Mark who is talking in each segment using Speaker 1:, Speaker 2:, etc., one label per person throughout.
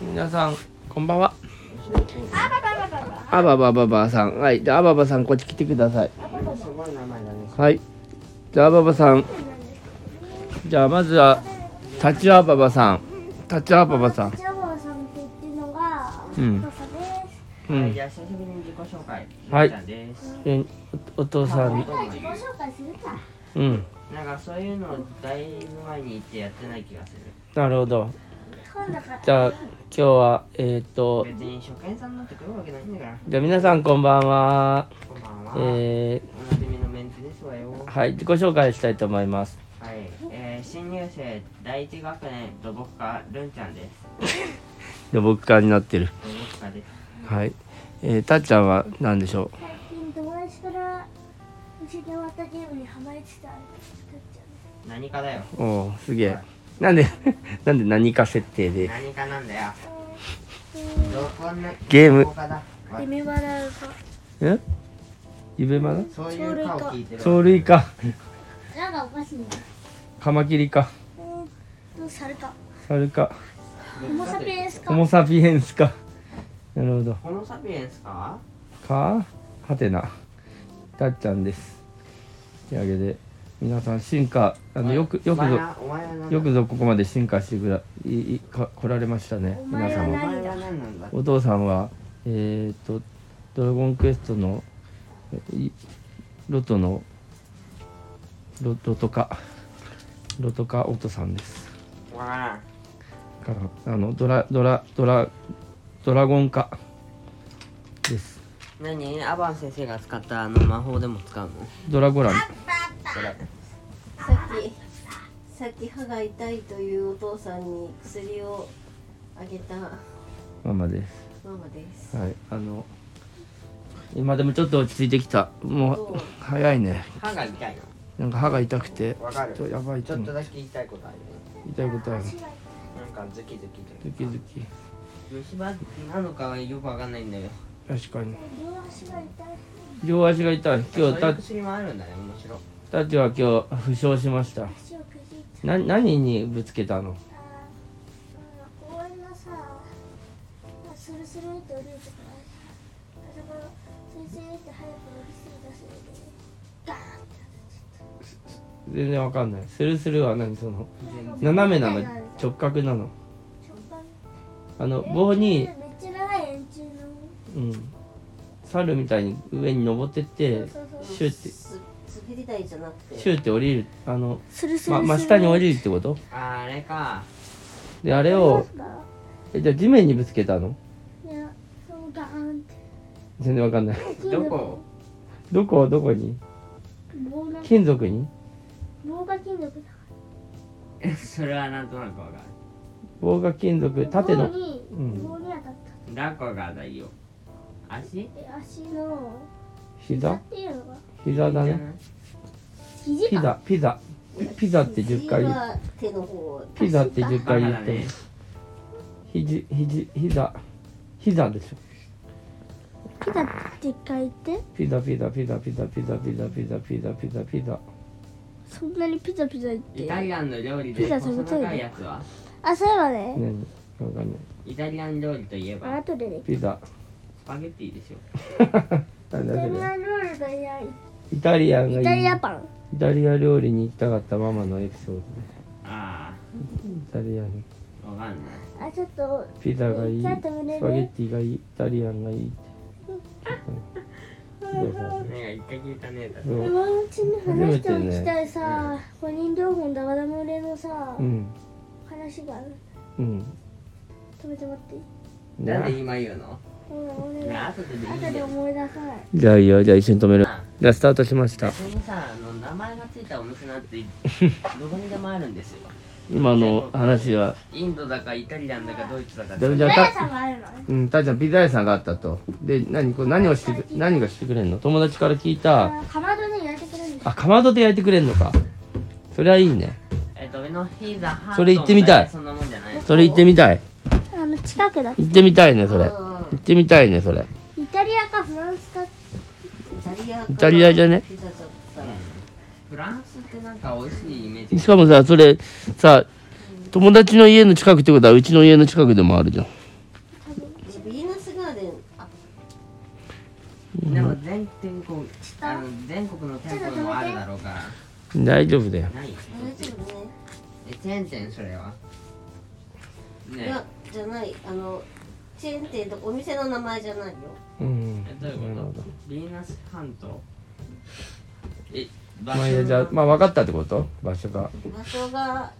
Speaker 1: 皆さんこんばんはあばばばばさんはいじゃああばばさんこっち来てくださいはいじゃああばばさんじゃあまずはタチアばばさんタチアばばさん
Speaker 2: ジャバさんって言ってるのが、
Speaker 1: うん
Speaker 2: マサです。
Speaker 1: う
Speaker 3: はい、
Speaker 1: ん
Speaker 3: じゃあ久しぶりに自己紹介。
Speaker 1: はい
Speaker 3: ゆうちゃんです。
Speaker 1: でおお父さん
Speaker 2: 今自己紹介するか。
Speaker 1: うん
Speaker 3: なんかそういうのだいぶ前に行ってやってない気がする。
Speaker 1: なるほど
Speaker 2: 今度から。
Speaker 1: じゃあ今日はえっ、と
Speaker 3: 別に初見さんになってくるわけないんだから。
Speaker 1: じゃあ皆さんこんばんは
Speaker 3: こんばんは。
Speaker 1: え
Speaker 3: おなじみのメンツですわよ。
Speaker 1: ー、はい自己紹介したいと思います
Speaker 3: はい、えー、新入生第一学年土木科ルンちゃんです。
Speaker 1: で僕からになってる
Speaker 3: 土木科です。
Speaker 1: はいえー、たっちゃんは何でしょ
Speaker 2: 最近友達から教えてもらったゲームにハマりつつある作っちゃう。
Speaker 3: 何科だよ。
Speaker 1: うおーすげえなんで なんで何か設定で
Speaker 3: 何科なんだよ。
Speaker 2: え
Speaker 3: どこな
Speaker 1: ゲーム
Speaker 3: どこ科だ。
Speaker 2: ー、夢笑うか。
Speaker 1: え夢まだ
Speaker 3: そういう科を聞いてる。
Speaker 1: 鳥類。か
Speaker 2: なんかおかしいな。
Speaker 1: カマキリか
Speaker 2: えーっと、猿か。
Speaker 1: サルか
Speaker 2: ホモサピエンスか。
Speaker 1: ホモサピエンスかなるほど
Speaker 3: このサピエンスかは
Speaker 1: かはてなたっちゃんですというわけで皆さん進化あのよくよ
Speaker 3: お
Speaker 1: く
Speaker 3: 前
Speaker 1: ぞ
Speaker 3: はお前は何
Speaker 1: よくぞここまで進化してくだいいか来られましたね
Speaker 2: お
Speaker 1: 皆
Speaker 2: 前
Speaker 3: お
Speaker 2: は
Speaker 1: 様
Speaker 2: な
Speaker 3: 前は何なんだ
Speaker 1: お父さんはえっ、と「ドラゴンクエストの」いロトのロロトカロトカお父さんです
Speaker 3: わからん。
Speaker 1: からあのドラドラドラドラゴン化です
Speaker 3: 何アバン先生が使ったあの魔法でも使うの
Speaker 1: ドラゴラン
Speaker 3: それ
Speaker 4: さっきさっき歯が痛いというお父さんに薬をあげた
Speaker 1: ママです
Speaker 4: ママです
Speaker 1: はいあの今でもちょっと落ち着いてきたもう
Speaker 4: そう
Speaker 1: 早いね
Speaker 3: 歯が痛い
Speaker 1: なんか歯が痛くて
Speaker 3: のわかる
Speaker 1: ちょっとやばい
Speaker 3: ち
Speaker 1: と
Speaker 3: ょっ
Speaker 1: 思
Speaker 3: と
Speaker 1: う
Speaker 3: だけ言いたいことある
Speaker 1: 痛いことある
Speaker 3: なんかズキズキ
Speaker 1: ズ
Speaker 3: という
Speaker 1: キズキ
Speaker 3: 虫歯なのかはよくわかんないんだよ
Speaker 1: 確かに
Speaker 2: 両足が痛い。
Speaker 1: 両足が痛い今日
Speaker 3: そうい
Speaker 1: た
Speaker 3: う薬もあるんだね面白い
Speaker 1: たちは今日負傷しました
Speaker 2: 足をくじいちゃ
Speaker 1: な
Speaker 2: っ
Speaker 1: 何にぶつけたの
Speaker 2: た。あの公園のさ、スルスルって降りるとこある。あそこ、スルスルって早く降りすぎたせいで、ガーンって。
Speaker 1: 全然わかんないスルスルは何その
Speaker 3: 全然
Speaker 1: 斜めなの直角なのあの棒に
Speaker 2: めっ、ちゃ長い円柱の
Speaker 1: うん、猿みたいに上に登ってって
Speaker 2: そうそうそう
Speaker 1: シュって
Speaker 4: す滑り台じゃなく
Speaker 1: シ
Speaker 4: て
Speaker 1: ュって降りるあの、
Speaker 2: スルスル
Speaker 1: ま、真下に降りるってこと
Speaker 3: あれか
Speaker 1: であれをえじゃあ地面にぶつけたの
Speaker 2: いやそうガーンって
Speaker 1: 全然わかんない
Speaker 3: どこ
Speaker 1: どこどこに
Speaker 2: 棒が
Speaker 1: 金属に
Speaker 2: 棒が金属だ
Speaker 3: え それはなんとなくわか
Speaker 1: 棒が金属縦の
Speaker 2: 棒に
Speaker 1: うん
Speaker 2: 棒に当たっ
Speaker 3: るだこがだよ足
Speaker 2: た、え足の膝
Speaker 1: 膝
Speaker 2: っていうのが
Speaker 1: 膝だね
Speaker 2: 肘
Speaker 1: ピ
Speaker 2: か
Speaker 1: ザピザピザって10回
Speaker 4: 次
Speaker 1: 言う
Speaker 4: は手の方
Speaker 1: ピザって10回言って
Speaker 3: バカだ
Speaker 1: る
Speaker 3: ね
Speaker 1: 肘肘膝膝でしょ
Speaker 2: 膝って一回言って
Speaker 1: ピザピザピザピザピザピザピザピザピザピザ
Speaker 2: そんなにピザピザ言っ
Speaker 3: イタ
Speaker 2: て
Speaker 3: リアンの料理
Speaker 2: ピ
Speaker 3: で
Speaker 2: ザ
Speaker 3: 細長いやつは
Speaker 2: あそういえばね
Speaker 1: 何わかんない
Speaker 3: イタリアン料理といえ
Speaker 2: あ
Speaker 3: ば
Speaker 2: 後でね
Speaker 1: ピザ
Speaker 3: スパゲッティでしょ
Speaker 1: なん
Speaker 2: イ
Speaker 1: だ
Speaker 2: タ
Speaker 1: そ
Speaker 2: リ
Speaker 1: れ
Speaker 2: アンロールがいない
Speaker 1: イタリアンがい
Speaker 2: イ
Speaker 1: い
Speaker 2: タリアパン
Speaker 1: イタリア料理に行きたかったママのエピソード
Speaker 3: あ
Speaker 1: イタリアン
Speaker 3: あわかんない
Speaker 2: あちょっと
Speaker 1: ピザがいいス
Speaker 2: ち
Speaker 1: パ
Speaker 2: ょ
Speaker 1: ゲ
Speaker 2: っと胸ね
Speaker 1: ッティがいいイタリアンがいいどうぞ
Speaker 3: なんか一回聞いたねだ
Speaker 1: どうぞ
Speaker 2: 今のうちに話しておきたいさ、五人両方のダバダバれのさ、
Speaker 1: うん
Speaker 2: 話がある
Speaker 1: うん
Speaker 2: 止めてもらっていい
Speaker 3: なんで今言うの
Speaker 2: ほら俺
Speaker 3: ね
Speaker 2: が
Speaker 3: 後ででいいんだ
Speaker 2: 後で
Speaker 3: よ
Speaker 2: 思い出さない
Speaker 1: じゃあいいよじゃあ一緒に止める
Speaker 3: あ
Speaker 1: じゃあスタートしました
Speaker 3: それにさあの名前がついたお店なんてどこにでもあるんですよ
Speaker 1: 今の話は
Speaker 3: インドだかイタリアンだかドイツだか
Speaker 1: じゃあ
Speaker 2: ダヤさ
Speaker 1: た
Speaker 2: んがあるの
Speaker 1: うんたーちゃんピザ屋さんがあったとで何これ何をしてく何がしてくれんの友達から聞いた
Speaker 2: あかまどで焼いてくれるんです
Speaker 1: あかまどで焼いてくれんのかそりゃいいね
Speaker 3: えっと上のヒザハ
Speaker 1: それ行ってみたい
Speaker 3: そんなもんじゃない
Speaker 1: それ行ってみたい
Speaker 2: あの近くだ
Speaker 1: 行ってみたいねそれ行
Speaker 4: あ
Speaker 1: ってみたいねそれ
Speaker 2: イタリアかフランスか
Speaker 4: ーイタリア
Speaker 1: イタリアじゃね
Speaker 4: ピザだったら
Speaker 3: フランスってなんか美味しいイメージ
Speaker 1: しかもさそれさ友達の家の近くってことはうちの家の近くでもあるじゃん
Speaker 3: でも全天候あの全国の店舗にもあるだろうから
Speaker 1: 大丈夫だよ
Speaker 3: ない
Speaker 4: 大丈夫ね
Speaker 3: えチェーン店それはね
Speaker 4: いやじゃないあのチェーン店とお店の名前じゃないよ
Speaker 1: うん
Speaker 3: えどういう
Speaker 1: なる
Speaker 3: こ
Speaker 1: ほ
Speaker 3: と
Speaker 1: ど
Speaker 3: ビーナス半島え場所
Speaker 1: まあいいやじゃあまあ分かったってこと場所が
Speaker 4: 場所があ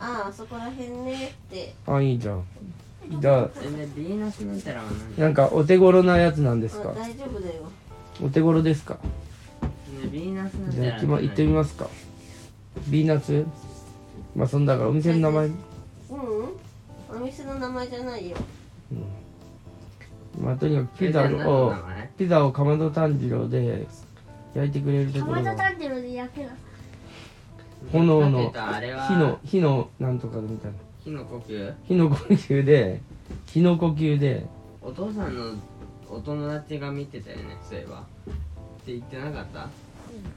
Speaker 4: ああそこら辺ねって
Speaker 1: あいいじゃんじゃあ
Speaker 3: えでビーナスなんてらは何
Speaker 1: なんかお手頃なやつなんです
Speaker 4: あ
Speaker 1: か
Speaker 4: 大丈夫だよ
Speaker 1: お手頃ですか
Speaker 3: ねビーナスなん
Speaker 1: じ
Speaker 3: て
Speaker 1: ゃあ行
Speaker 3: ら
Speaker 1: きま行ってみ
Speaker 3: ま
Speaker 1: ますかビーナツまあそんだからお店の名前、
Speaker 4: ううんお店の名前じゃないよ
Speaker 1: まあとにかくピザをピザをかまど炭治郎で焼いてくれると
Speaker 2: か
Speaker 1: こ
Speaker 2: ま
Speaker 1: ろ
Speaker 2: ど
Speaker 1: の
Speaker 2: タンデルで焼けな
Speaker 1: 炎の
Speaker 3: あれは
Speaker 1: 火の火のなんとかみたいな
Speaker 3: 火の呼吸
Speaker 1: 火の呼吸で火の呼吸で
Speaker 3: お父さんのお友達が見てたよねそういえばって言ってなかった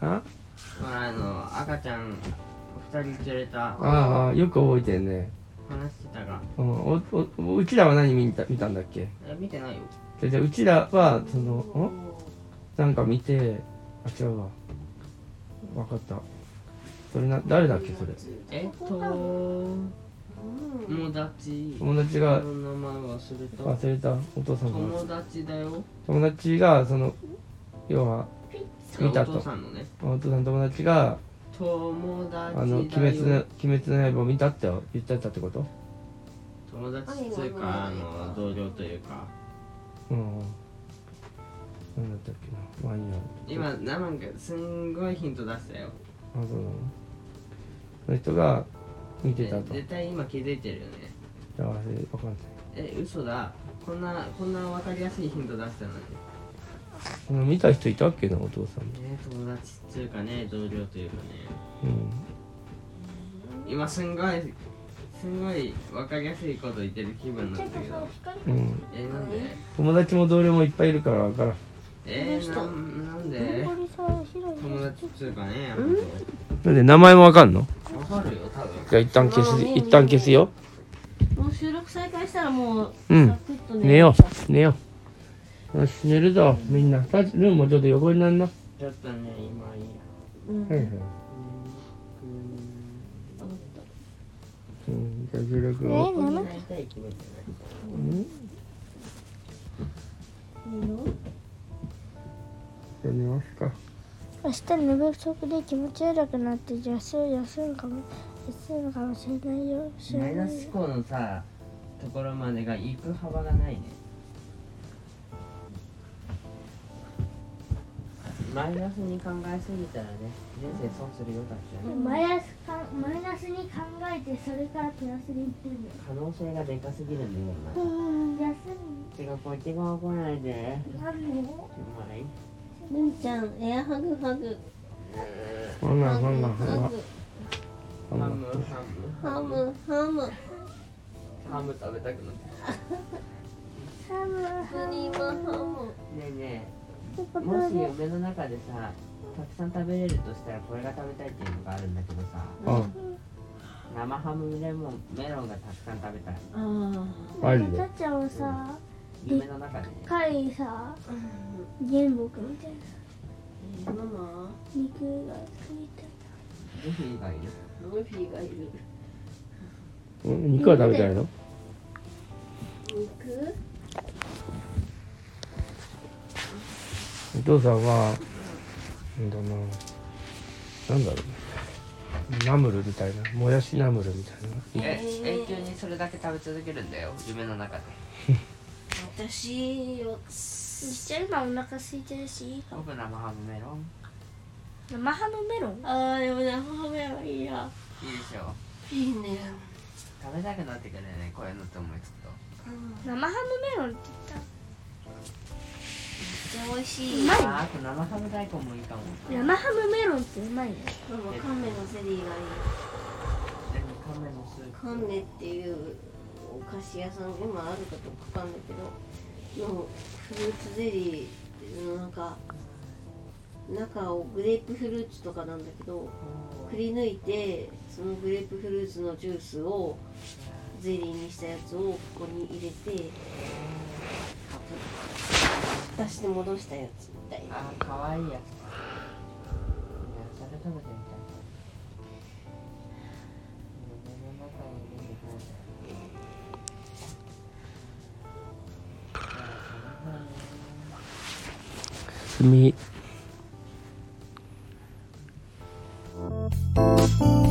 Speaker 1: あ
Speaker 3: ほらあの赤ちゃん二人連れた
Speaker 1: ああよく覚えてるね、
Speaker 3: 話してたが
Speaker 1: うん、おおうちらは何見た見たんだっけ
Speaker 3: え見てないよ
Speaker 1: じゃあじゃあうちらはそのんなんか見てあ違うわ分かったそれな誰だっけそれ
Speaker 3: えっと
Speaker 4: うん
Speaker 3: 友達
Speaker 1: 友達が
Speaker 3: の名前忘れた
Speaker 1: 忘れたお父さんの
Speaker 3: 友達だよ
Speaker 1: 友達がその要は見た
Speaker 3: お父
Speaker 1: と
Speaker 3: さんのね
Speaker 1: お父さんの友達が
Speaker 3: 友達だよ
Speaker 1: あの鬼滅の鬼滅の刃を見たって言ってたってこと
Speaker 3: 友達というかあの同僚というか
Speaker 1: うん何だったっけなまあいいや
Speaker 3: 今なんかすんごいヒント出したよ
Speaker 1: あそうなのその人が見てた
Speaker 3: え
Speaker 1: と
Speaker 3: 絶対今気づいてるよね
Speaker 1: あわかんない
Speaker 3: え嘘だこんなこんな分かりやすいヒント出したのに
Speaker 1: あの見た人いたっけなお父さん
Speaker 3: ね友達というかね同僚というかね
Speaker 1: うん
Speaker 3: 今すんごいすんごい分かりやすいこと言ってる気分
Speaker 2: ち
Speaker 3: な
Speaker 2: ょっ
Speaker 3: ん
Speaker 2: と
Speaker 3: だけ
Speaker 2: さ
Speaker 3: ど
Speaker 2: 光
Speaker 1: うん、
Speaker 3: えなんで
Speaker 1: 友達も同僚もいっぱいいるから分からん
Speaker 3: えー、なんなんで
Speaker 2: ここにさ白い
Speaker 3: 友達というかね
Speaker 1: なんで名前も分かんの
Speaker 3: 分かるよ多分
Speaker 1: じゃあ一旦消す一旦消すよ
Speaker 4: もう収録再開したらもう
Speaker 1: うん
Speaker 4: サクッと
Speaker 1: 寝よう寝ようよし寝るぞみんなさルームもちょっと横になんな
Speaker 3: ちょっとね今いいや
Speaker 4: う、うん、
Speaker 1: うんじゃあ収録を
Speaker 2: え
Speaker 3: なりたい気分じゃない
Speaker 1: うん
Speaker 4: いいよ
Speaker 1: じゃあ寝ますか
Speaker 2: 明日寝不足で気持ち悪くなって休む休むかも休むかもしれないよ知ら
Speaker 3: マ
Speaker 2: な
Speaker 3: イ
Speaker 2: い
Speaker 3: ナス思考のさところまでが行く幅がないねマイナスに考えすぎたらね人生損するよだってね
Speaker 2: マイナスかマイナスに考えてそれからプラスにいってんだよ
Speaker 3: 可能性がでかすぎるんだよ
Speaker 2: う
Speaker 3: な。
Speaker 2: ん休
Speaker 3: てかこっち側来ないで。
Speaker 2: みなんの
Speaker 3: うまい。
Speaker 4: りんちゃんエアハグハグ
Speaker 1: ほんな
Speaker 4: ハ
Speaker 1: らほん
Speaker 4: グ
Speaker 1: ならほんな
Speaker 4: ハ
Speaker 1: ら
Speaker 4: グ
Speaker 1: ほんな
Speaker 3: ハ
Speaker 1: ら
Speaker 3: ムハム
Speaker 4: ハムハム
Speaker 3: ハム食べたくなってき
Speaker 2: ハムハム
Speaker 4: 何今ハ
Speaker 3: た。ねえね
Speaker 2: ってこ
Speaker 3: え、
Speaker 2: と
Speaker 3: もし
Speaker 2: で
Speaker 3: 夢の中でさ、たくさん食べれるとしたらこれが食べたいっていうのがあるんだけどさ、
Speaker 1: あ
Speaker 3: 生ハムレモンメロンがたくさん食べたい。
Speaker 4: ムああ
Speaker 1: マジで
Speaker 2: たっちゃんはさ
Speaker 3: 夢の中でね。
Speaker 2: かいさ原木みたいな
Speaker 4: ママ
Speaker 2: 肉がついて
Speaker 3: ルフィがいる。
Speaker 4: ルフィがいる
Speaker 1: うん肉は食べたいの
Speaker 4: 肉
Speaker 1: お父さんはうんだななんだろうねナムルみたいなもやしナムルみたいな
Speaker 3: え、永久にそれだけ食べ続けるんだよ、夢の中で。
Speaker 4: 私よ
Speaker 2: ちゃん今お腹空いてるしいいかも
Speaker 3: 僕生ハムメロン。
Speaker 2: 生ハムメロン
Speaker 4: ああでもね母親はいいや
Speaker 3: いいでしょ。
Speaker 4: いいね
Speaker 3: 食べたくなってくるよね、こういうのって思いつくと。
Speaker 2: 生ハムメロンって言っ
Speaker 4: じゃあ美味しい
Speaker 2: まい
Speaker 3: あ、あと生ハム大根もいいかも。
Speaker 2: た生ハムメロンってうまいね
Speaker 4: ママカメのセリーがいい
Speaker 3: でも亀のスープ。
Speaker 4: カンネっていうお菓子屋さん今あるかどうかわかんないけどのフルーツゼリーのなんか中をグレープフルーツとかなんだけどくり抜いてそのグレープフルーツのジュースをゼリーにしたやつをここに入れて蓋して戻したやつみたいな
Speaker 3: あー、かわいいやつ。いやそれ食べてみたい。夢の中に出てくるんだよ
Speaker 1: すみ